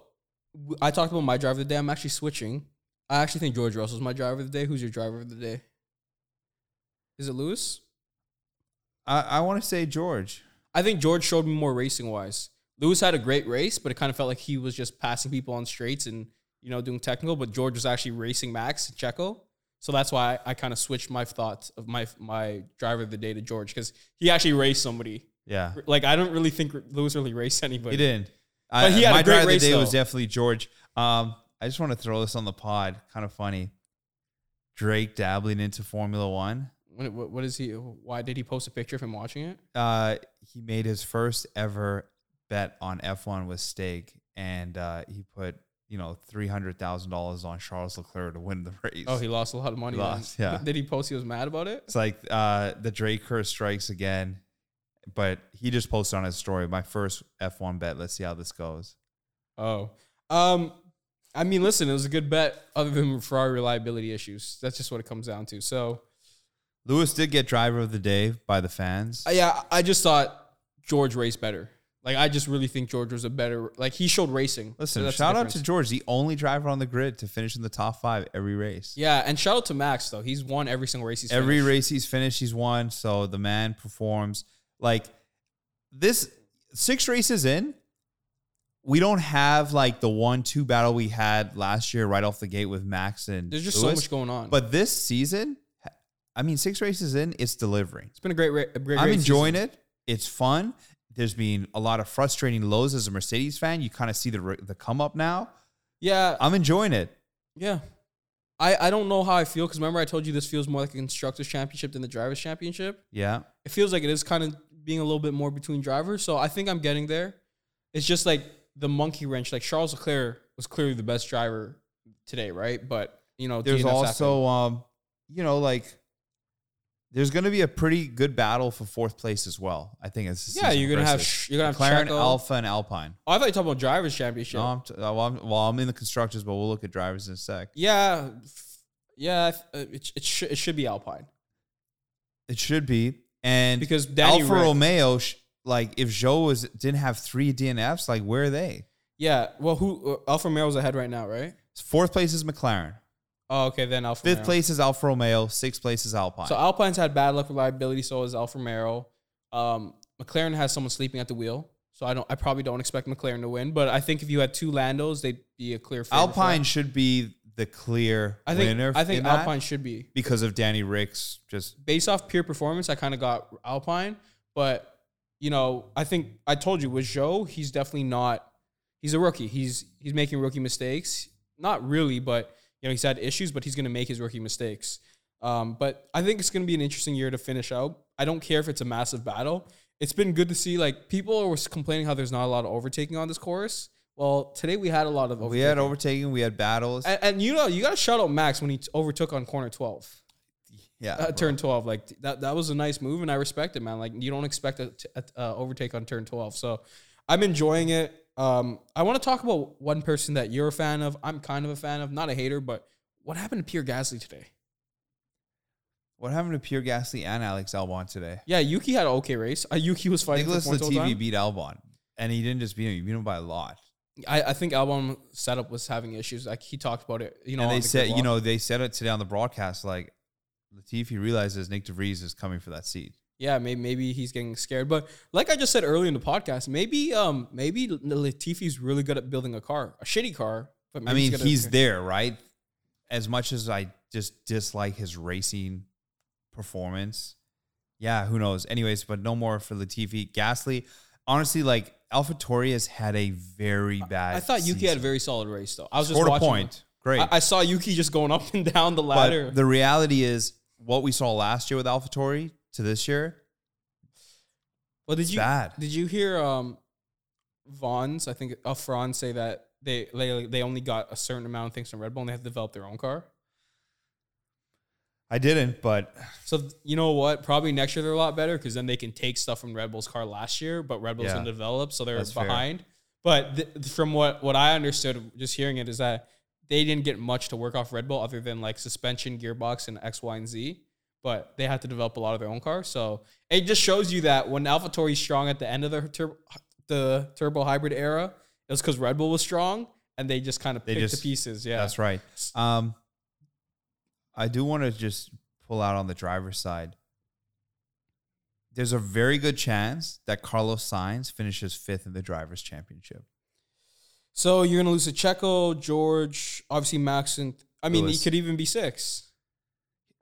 S1: w- I talked about my driver of the day. I'm actually switching. I actually think George Russell's my driver of the day. Who's your driver of the day? Is it Lewis?
S2: i, I want to say george
S1: I I think George showed me more racing wise. Lewis had a great race, but it kind of felt like he was just passing people on straights and you know doing technical. But George was actually racing Max and Checo, so that's why I, I kind of switched my thoughts of my my driver of the day to George because he actually raced somebody.
S2: Yeah,
S1: Like I don't really think Lewis really raced anybody.
S2: he didn't.
S1: But he had a
S2: my
S1: great
S2: driver
S1: race,
S2: of the day was
S1: though.
S2: definitely George. Um, I just want to throw this on the pod. Kind of funny. Drake dabbling into Formula One.
S1: What, what, what is he? Why did he post a picture of him watching it?
S2: Uh, he made his first ever bet on F1 with stake, and uh, he put you know three hundred thousand dollars on Charles Leclerc to win the race.
S1: Oh, he lost a lot of money.
S2: He
S1: then.
S2: lost, yeah.
S1: Did he post he was mad about it?
S2: It's like uh, the Drake curse strikes again, but he just posted on his story, my first F1 bet. Let's see how this goes.
S1: Oh. Um, I mean, listen, it was a good bet other than Ferrari reliability issues. That's just what it comes down to. So,
S2: Lewis did get driver of the day by the fans.
S1: uh, yeah, I just thought George raced better. Like, I just really think George was a better, like, he showed racing.
S2: Listen,
S1: So that's the
S2: shout out to
S1: difference.
S2: George, the only driver on the grid to finish in the top five every race.
S1: Yeah, and shout out to Max, though. He's won every single race he's
S2: every
S1: finished.
S2: race he's finished, he's won. So the man performs like this. Six races in, we don't have like the one-two battle we had last year right off the gate with Max and
S1: There's just so
S2: Lewis.
S1: much going on.
S2: But this season, I mean, six races in, it's delivering.
S1: it's been a great, ra- a great
S2: I'm
S1: race
S2: enjoying
S1: season.
S2: it. It's fun. There's been a lot of frustrating lows as a Mercedes fan. You kind of see the re- the come up now.
S1: Yeah.
S2: I'm enjoying it.
S1: Yeah. I, I don't know how I feel because remember I told you this feels more like a constructors championship than the drivers championship.
S2: Yeah,
S1: It feels like it is kind of being a little bit more between drivers. So I think I'm getting there. It's just like the monkey wrench. Like Charles Leclerc was clearly the best driver today, right? But you know,
S2: there's
S1: DNFs happened.
S2: also um, you know, like there's going to be a pretty good battle for fourth place as well. I think it's
S1: yeah, you're gonna have sh- you're gonna have
S2: Claren,
S1: Checo.
S2: Alpha, and Alpine.
S1: Oh, I thought you were talking about drivers championship.
S2: No, I'm t- uh, well, I'm, well, I'm in the constructors, but we'll look at drivers in a sec.
S1: yeah, f- yeah, uh, it it, sh- it should be Alpine
S2: It should be. And
S1: because Danny
S2: Alfa
S1: Rick-
S2: Romeo, sh- like if Joe was didn't have three DNFs, like where are they?
S1: yeah, well, who uh, Alfa Romeo's ahead right now, right?
S2: Fourth place is McLaren.
S1: Oh, okay, then Alfa
S2: Fifth
S1: Romeo.
S2: place is Alfa Romeo. Sixth place is Alpine.
S1: So Alpine's had bad luck with liability. So is Alfa Romeo. Um, McLaren has someone sleeping at the wheel. So I don't. I probably don't expect McLaren to win. But I think if you had two Landos, they'd be a clear favorite for
S2: Alpine
S1: that.
S2: should be the clear
S1: I think.
S2: winner.
S1: I think
S2: in that
S1: Alpine should be
S2: because of Danny Rick's just
S1: based off pure performance. I kind of got Alpine, but you know, I think I told you with Joe, he's definitely not. He's a rookie. He's he's making rookie mistakes. Not really, but you know, he's had issues, but he's going to make his rookie mistakes. Um, but I think it's going to be an interesting year to finish out. I don't care if it's a massive battle. It's been good to see like people were complaining how there's not a lot of overtaking on this course. Well, today we had a lot of overtaking.
S2: we had overtaking, we had battles.
S1: and, and you know, you got to shout out Max when he t- overtook on corner 12
S2: yeah,
S1: uh,
S2: bro.
S1: turn 12 like th- that that was a nice move and i respect it man like you don't expect a, t- a- uh, overtake on turn 12 so i'm enjoying it um i want to talk about one person that you're a fan of i'm kind of a fan of not a hater but what happened to pierre gasly today
S2: What happened to Pierre Gasly and Alex Albon today?
S1: yeah yuki had an okay race uh, yuki was fighting
S2: Nicholas
S1: for points all the
S2: Latifi
S1: time.
S2: beat Albon, and he didn't just beat him; he beat him by a lot.
S1: I, I think album setup was having issues like he talked about it you know
S2: and
S1: on
S2: they
S1: the grid
S2: said, you
S1: walk.
S2: know, they said it today on the broadcast. Like Latifi realizes Nick DeVries is coming for that seat.
S1: yeah maybe, maybe he's getting scared but like i just said earlier in the podcast maybe um maybe latifi's really good at building a car a shitty car but maybe
S2: I mean,
S1: good at-
S2: he's there, right? As much as I just dislike his racing performance, yeah, who knows? Anyways, but no more for Latifi. Gasly, honestly, like Alpha has had a very bad.
S1: I thought Yuki had a
S2: season.
S1: very solid race though. I was just
S2: scored a
S1: watching.
S2: point. Great.
S1: I, I saw Yuki just going up and down the ladder.
S2: but the reality is, what we saw last year with Alpha to this year,
S1: well, did
S2: it's
S1: you
S2: bad.
S1: did you hear um, Vaughn's? I think uh, Franz say that they they they only got a certain amount of things from Red Bull and they have to develop their own car.
S2: I didn't, but
S1: So th- you know what? Probably next year they're a lot better because then they can take stuff from Red Bull's car last year, but Red Bull's
S2: Yeah.
S1: didn't develop, so they're
S2: That's fair.
S1: behind. But th- from what what I understood, just hearing it is that they didn't get much to work off Red Bull other than like suspension, gearbox, and X, Y, and Z. But they had to develop a lot of their own car, so it just shows you that when AlphaTauri's strong at the end of the tur- the turbo hybrid era, it was because Red Bull was strong and they just kind of
S2: They
S1: picked
S2: just-
S1: to pieces. Yeah,
S2: That's right. Um, I do want to just pull out on the driver's side. there's a very good chance that Carlos Sainz finishes fifth in the drivers' championship.
S1: So you're gonna lose to Checo, George, obviously Max, and I mean
S2: Lewis.
S1: he could even be six.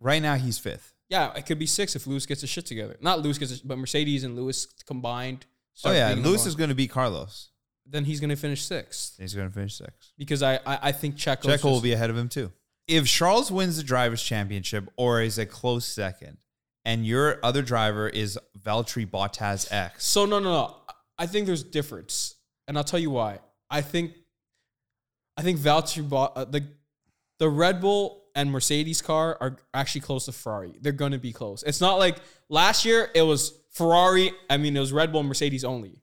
S2: Right now, he's fifth.
S1: Yeah, it could be six if Lewis gets his shit together. Not Lewis gets, his, but Mercedes and Lewis combined.
S2: Oh
S1: start
S2: yeah,
S1: beating
S2: Lewis
S1: them
S2: is
S1: up.
S2: going to beat Carlos.
S1: Then he's gonna finish sixth
S2: He's going to finish sixth.
S1: because I I, I think Checo.
S2: Checo will be ahead of him too. If Charles wins the drivers' championship or is a close second, and your other driver is Valtteri Bottas X,
S1: So no, no, no. I think there's difference, and I'll tell you why. I think, I think Valtteri Bo- uh, the the Red Bull and Mercedes car are actually close to Ferrari. They're gonna be close. It's not like last year it was Ferrari. I mean, it was Red Bull and Mercedes only.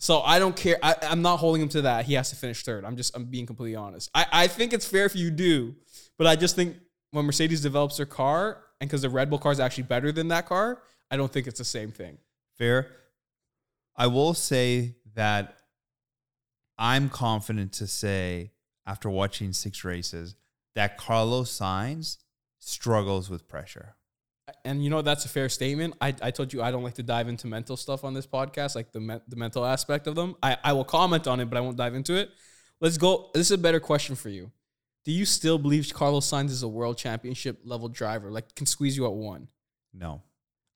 S1: So I don't care. I, I'm not holding him to that. He has to finish third. I'm just I'm being completely honest. I, I think it's fair if you do, but I just think when Mercedes develops their car and because the Red Bull car is actually better than that car, I don't think it's the same thing.
S2: fair. I will say that I'm confident to say after watching six races that Carlos Sainz struggles with pressure.
S1: and you know that's a fair statement. I, I told you I don't like to dive into mental stuff on this podcast, like the men- the mental aspect of them. I, I will comment on it, but I won't dive into it. Let's go. This is a better question for you. Do you still believe Carlos Sainz is a world championship level driver? Like can squeeze you at one?
S2: No.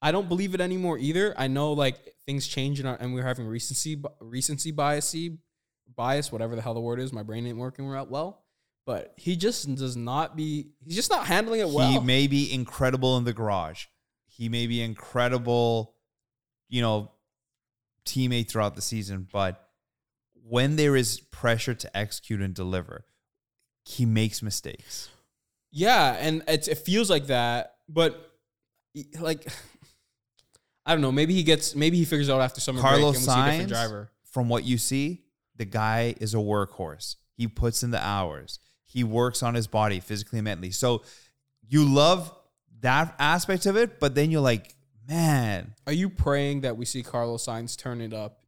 S1: I don't believe it anymore either. I know like things change and, our, and we're having recency bi- recency bias bias whatever the hell the word is. My brain ain't working out well, but he just does not be. He's just not handling it well.
S2: He may be incredible in the garage. He may be incredible, you know, teammate throughout the season, but when there is pressure to execute and deliver, he makes mistakes.
S1: Yeah, and it, it feels like that, but like I don't know. Maybe he gets. Maybe he figures out after summer break and
S2: Carlos
S1: we see a different
S2: Sainz?
S1: driver.
S2: From what you see, the guy is a workhorse. He puts in the hours. He works on his body physically and mentally. So you love that aspect of it, but then you're like, man,
S1: Are you praying that we see Carlos Sainz turn it up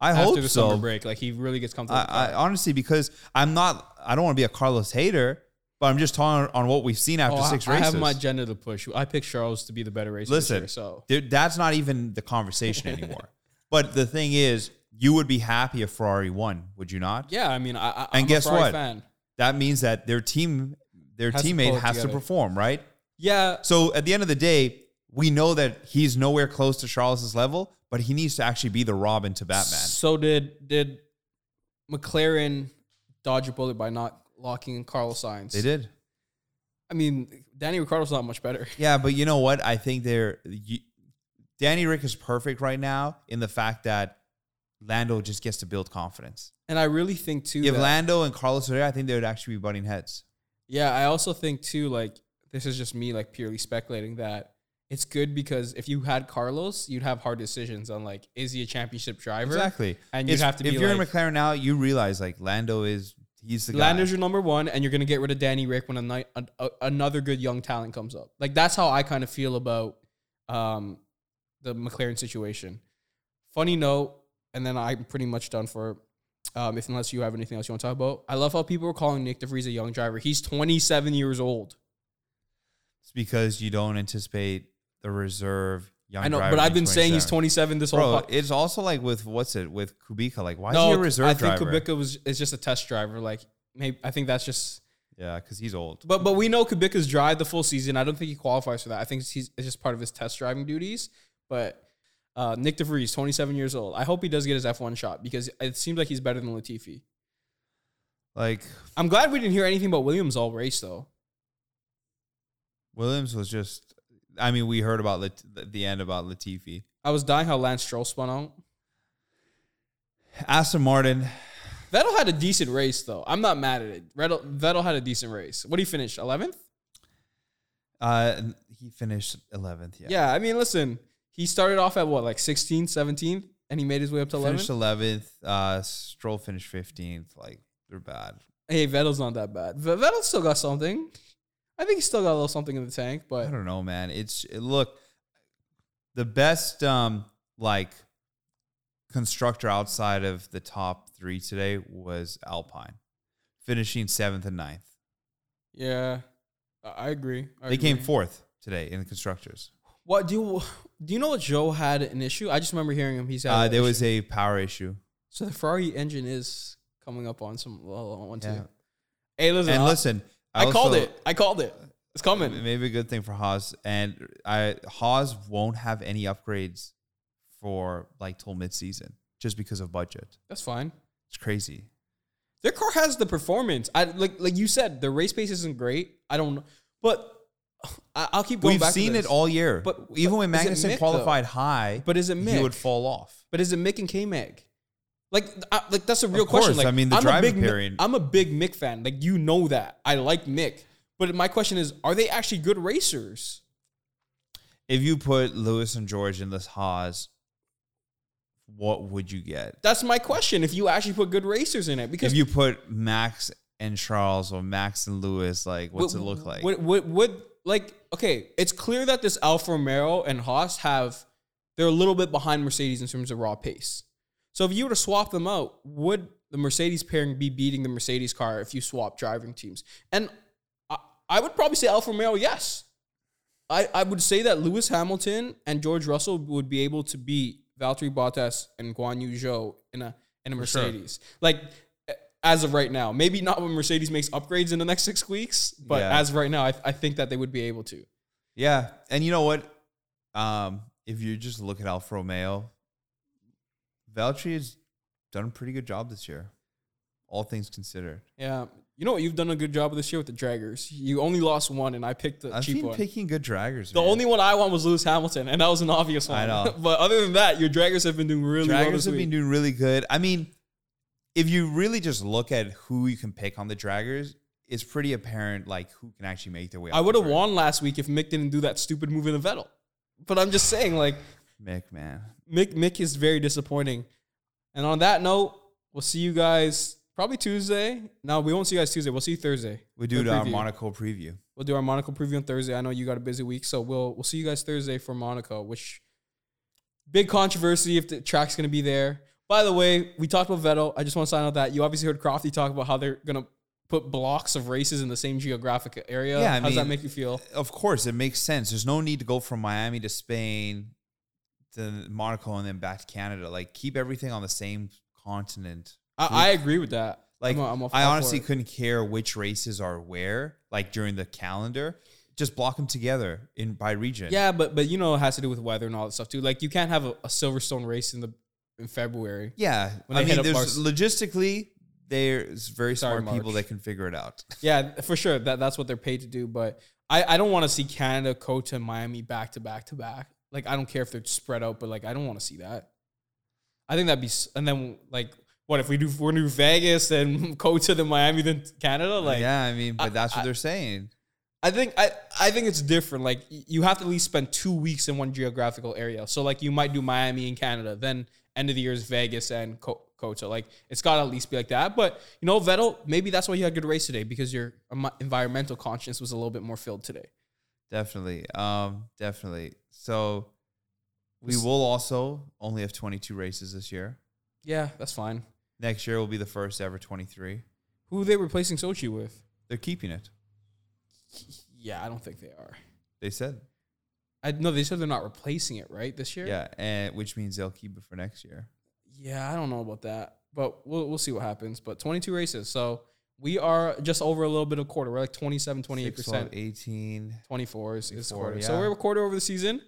S2: I
S1: after
S2: hope
S1: the
S2: so.
S1: summer break? Like he really gets comfortable. with the
S2: I, I
S1: car.
S2: honestly because I'm not I don't want to be a Carlos hater, but I'm just talking on what we've seen after
S1: Oh, I-
S2: six
S1: I,
S2: races.
S1: have my agenda to push. I picked Charles to be the better racer. this
S2: Listen,
S1: year, so
S2: Dude, that's not even the conversation anymore. but the thing is, you would be happy if Ferrari won, would you not?
S1: yeah, I mean, I, I
S2: And
S1: I'm
S2: guess
S1: a Ferrari
S2: what?
S1: Fan.
S2: That means that their team, their
S1: Has to pull
S2: teammate
S1: it
S2: has to
S1: together.
S2: perform, right?
S1: Yeah,
S2: So at the end of the day, we know that he's nowhere close to Charles's level, but he needs to actually be the Robin to Batman.
S1: So did did McLaren dodge a bullet by not locking in Carlos Sainz?
S2: They did.
S1: I mean, Danny Ricciardo's not much better.
S2: Yeah, but you know what? I think they're you, Danny Rick is perfect right now in the fact that Lando just gets to build confidence.
S1: And I really think too.
S2: If
S1: that-
S2: Lando and Carlos were there, I think they would actually be butting heads.
S1: yeah, I also think too. Like this is just me, like purely speculating that it's good because if you had Carlos, you'd have hard decisions on like is he a championship driver?
S2: Exactly.
S1: And you'd
S2: It's-
S1: have to
S2: if
S1: be
S2: you're
S1: like-
S2: in McLaren now, you realize like Lando is he's the
S1: Lando's
S2: guy.
S1: your number one, and you're gonna get rid of Danny Rick when a night, an- a, another good young talent comes up. Like that's how I kind of feel about um, the McLaren situation. Funny note, and then I'm pretty much done for. Um, if unless you have anything else you want to talk about, I love how people were calling Nick DeVries a young driver. He's 27 years old.
S2: It's because you don't anticipate the reserve young.
S1: I know,
S2: driver
S1: but I've
S2: being
S1: been saying he's 27
S2: 27.
S1: this whole
S2: Bro,
S1: po-
S2: it's also like with what's it with Kubica? Like, why
S1: no,
S2: is he a reserve
S1: I think
S2: driver?
S1: Kubica was is just a test driver. Like maybe I think that's just
S2: yeah, because he's old.
S1: but but we know Kubica's drive the full season. I don't think he qualifies for that. I think he's it's just part of his test driving duties. But uh, Nick DeVries, 27 years old. I hope he does get his F1 shot because it seems like he's better than Latifi.
S2: Like
S1: I'm glad we didn't hear anything about Williams all race though.
S2: Williams was just. I mean, we heard about Lat- the end about Latifi.
S1: I was dying how Lance Stroll spun out.
S2: Aston Martin,
S1: Vettel had a decent race though. I'm not mad at it. Vettel, Vettel had a decent race. What do you finish? 11th?
S2: uh, he finished 11th. Yeah,
S1: Yeah, I mean, listen, he started off at what, like 16, 17, and he made his way up to 11?
S2: finished 11th. Uh, Stroll finished 15th. Like they're bad.
S1: Hey, Vettel's not that bad. Ve- Vettel's still got something. I think he's still got a little something in the tank,
S2: I
S1: but
S2: don't know, man. It's it, look the best um like constructor outside of the top three today was Alpine, finishing seventh and ninth.
S1: yeah, I I agree. I
S2: They came
S1: agree.
S2: fourth today in the constructors.
S1: What do you do? You know what Joe had an issue? I just remember hearing him. He's had
S2: Uh,
S1: an
S2: there
S1: issue.
S2: was a power issue.
S1: so the Ferrari engine is coming up on some well, on one
S2: Yeah.
S1: too. Hey, listen,
S2: And
S1: I-
S2: listen,
S1: I, called
S2: also- Uh,
S1: it. I called it. It's coming.
S2: Maybe a good thing for Haas. And I Haas won't have any upgrades for like till mid season just because of budget.
S1: That's fine.
S2: It's crazy.
S1: Their car has the performance. I like like you said, the race pace isn't great. I don't, know, but I, I'll keep going
S2: We've
S1: back. to
S2: seen it
S1: this.
S2: all year.
S1: But-
S2: even when
S1: but is it
S2: Magnussen
S1: Mick,
S2: qualified high,
S1: But is it
S2: he
S1: Mick?
S2: would fall off.
S1: But is it Mick and K Mag? Like, I, like that's a real
S2: course,
S1: question. Like,
S2: I mean, the
S1: I'm a
S2: driving
S1: big, Mi-
S2: period-
S1: I'm a big Mick fan. Like, you know that I like Mick. But my question is, are they actually good racers?
S2: If you put Lewis and George in this Haas, what would you get?
S1: That's my question. If you actually put good racers in it, because
S2: If you put Max and Charles or Max and Lewis, like what's it look like?
S1: Would, would, would like okay? It's clear that this Alfa Romeo and Haas have they're a little bit behind Mercedes in terms of raw pace. So if you were to swap them out, would the Mercedes pairing be beating the Mercedes car if you swap driving teams? And I, I would probably say Alfa Romeo, yes. I, I would say that Lewis Hamilton and George Russell would be able to beat Valtteri Bottas and Guan Yu Zhou in a in a
S2: sure.
S1: Mercedes. Like a- as of right now, maybe not when Mercedes makes upgrades in the next six weeks, but
S2: Yeah.
S1: as of right now, I, I think that they would be able to.
S2: Yeah, and you know what? Um, if you just look at Alfa Romeo, Valtteri has done a pretty good job this year, all things considered.
S1: Yeah, you know what? You've done a good job this year with the draggers. You only lost one, and I picked the
S2: I've
S1: cheap
S2: been
S1: one.
S2: picking good draggers.
S1: the
S2: man.
S1: only one I want was Lewis Hamilton, and that was an obvious one.
S2: I know.
S1: but other than that, your draggers have been doing really well
S2: draggers
S1: this
S2: have been
S1: week.
S2: doing really good. I mean, if you really just look at who you can pick on the draggers, it's pretty apparent like who can actually make their way.
S1: I
S2: up the
S1: would have
S2: grid.
S1: won last week if Mick didn't do that stupid move in the Vettel. But I'm just saying, like
S2: Mick, man.
S1: Mick, Mick is very disappointing. And on that note, we'll see you guys probably Tuesday. No, we won't see you guys Tuesday. We'll see you Thursday.
S2: We do
S1: The
S2: our
S1: preview.
S2: Monaco preview.
S1: We'll do our Monaco preview on Thursday. I know you got a busy week, so we'll we'll see you guys Thursday for Monaco, which big controversy if the track's gonna be there. By the way, we talked about Vettel. I just want to sign out that you obviously heard Crofty talk about how they're gonna put blocks of races in the same geographic area.
S2: Yeah, I
S1: how does that
S2: mean-
S1: make you feel?
S2: of course, it makes sense. There's no need to go from Miami to Spain to Monaco and then back to Canada. Like, keep everything on the same continent.
S1: I, I agree with that.
S2: Like,
S1: I'm
S2: i
S1: a- I'm a- all for
S2: honestly
S1: it.
S2: couldn't care which races are where, like during the calendar. Just block them together in by region.
S1: Yeah, but but you know it has to do with weather and all that stuff too. Like you can't have a, a Silverstone race in the in February.
S2: yeah.
S1: When
S2: I
S1: they hit
S2: mean,
S1: up
S2: there's logistically, there's very
S1: Sorry,
S2: smart people
S1: March.
S2: that can figure it out.
S1: Yeah, for sure. That that's what they're paid to do. But I, I don't want to see Canada, Kota, and Miami back to back to back. Like I don't care if they're spread out, but like I don't want to see that. I think that'd be s- and then like what if we do we're new Vegas then Kota then Miami then Canada like
S2: yeah, I mean, but
S1: I-
S2: that's what
S1: I-
S2: they're saying.
S1: I think I, I think it's different. Like y- you have to at least spend two weeks in one geographical area. So like you might do Miami and Canada, then end of the year is Vegas and Co- Kota. Like it's got to at least be like that. But you know, Vettel, maybe that's why you had a good race today because your em- environmental conscience was a little bit more filled today.
S2: Definitely. Um, definitely. So we will also only have 22 races this year.
S1: Yeah, that's fine.
S2: Next year will be the first ever 23.
S1: Who are they replacing Sochi with?
S2: They're keeping it.
S1: Yeah, I don't think they are.
S2: They said.
S1: I no, they said they're not replacing it right this year.
S2: Yeah, and which means they'll keep it for next year.
S1: Yeah, I don't know about that, but we'll we'll see what happens. But 22 races, so we are just over a little bit of quarter. We're like 27, 28
S2: Six, 12,
S1: percent.
S2: 18.
S1: 24 is, is the
S2: 24,
S1: quarter. So
S2: yeah.
S1: we're a quarter over the season.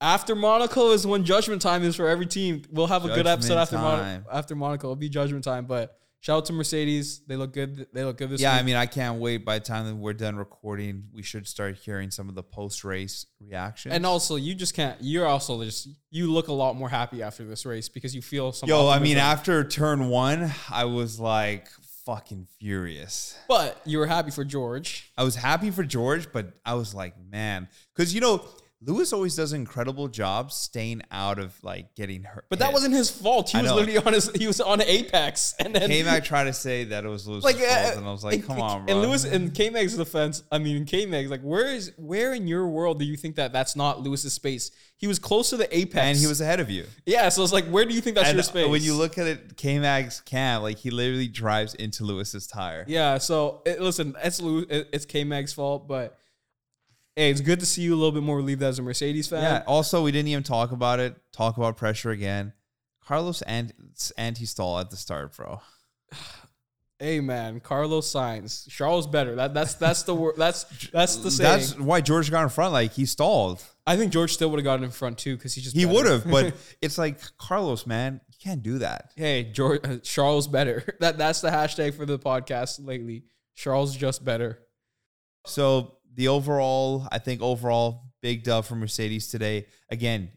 S1: After Monaco is when judgment time is for every team. We'll have a good episode
S2: Judgment
S1: after Mon-
S2: time.
S1: after Monaco. It'll be judgment time. But shout out to Mercedes. They look good. They look good this
S2: Yeah,
S1: week.
S2: I mean, I can't wait. By the time that we're done recording, we should start hearing some of the post race reactions.
S1: and also, you just can't. You're also just. You look a lot more happy after this race because you feel some.
S2: yo, I mean,
S1: optimism.
S2: after turn one, I was like fucking furious.
S1: but you were happy for George.
S2: I was happy for George, but I was like, man, because you know, Lewis always does an incredible job staying out of like getting hurt.
S1: But that
S2: hit.
S1: wasn't his fault. He
S2: I
S1: was
S2: know.
S1: literally on his. He was on Apex, and then
S2: K Mac tried to say that it was Lewis'
S1: like
S2: fault,
S1: uh,
S2: and I was like, "Come on, bro."
S1: And Lewis in K Meg's defense, I mean in K Meg's like where is where in your world do you think that that's not Lewis's space? He was close to the apex,
S2: and he was ahead of you.
S1: yeah. So it's like where do you think that's your
S2: And uh,
S1: space?
S2: when you look at it, K Mag's cam, like he literally drives into Lewis's tire.
S1: yeah. So it, listen, it's Lew- it, it's K Meg's fault, but hey, it's good to see you a little bit more relieved as a Mercedes fan.
S2: Yeah. Also, we didn't even talk about it. Talk about pressure again. Carlos and anti stall at the start, bro.
S1: Hey man, Carlos Sainz, Charles better. That that's that's the wor- that's that's the saying.
S2: That's why George got in front. Like he stalled.
S1: I think George still would have gotten in front too because he just
S2: He
S1: better.
S2: would have, but it's like Carlos, man, you can't do that.
S1: hey George uh, Charles better. That that's the hashtag for the podcast lately. Charles just better.
S2: So the overall, I think overall, big dub for Mercedes today. Again,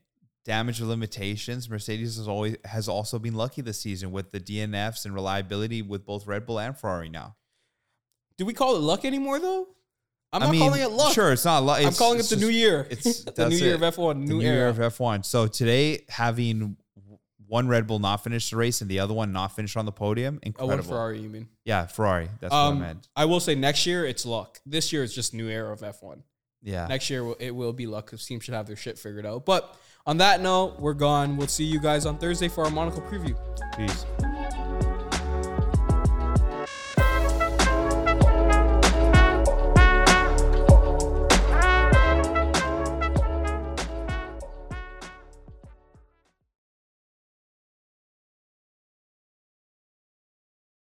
S2: damage limitations. Mercedes has always has also been lucky this season with the DNFs and reliability with both Red Bull and Ferrari now.
S1: Do we call it luck anymore though? I'm
S2: I
S1: not
S2: mean,
S1: calling it luck.
S2: Sure, it's not luck.
S1: I'm
S2: It's-
S1: calling it
S2: it's
S1: the
S2: just-
S1: new year.
S2: it's-
S1: the
S2: that's
S1: new year
S2: it.
S1: of F1,
S2: the
S1: new,
S2: new
S1: era.
S2: year of F1. So today having one Red Bull not finish the race and the other one not finish on the podium,
S1: Oh, what
S2: incredible.
S1: Ferrari you mean?
S2: Yeah, Ferrari. That's what I
S1: Um,
S2: meant.
S1: I will say next year it's luck. This year it's just new era of F1.
S2: Yeah.
S1: Next year will- it will be luck because teams should have their shit figured out. But on that note, we're gone. We'll see you guys on Thursday for our Monaco preview.
S2: Peace.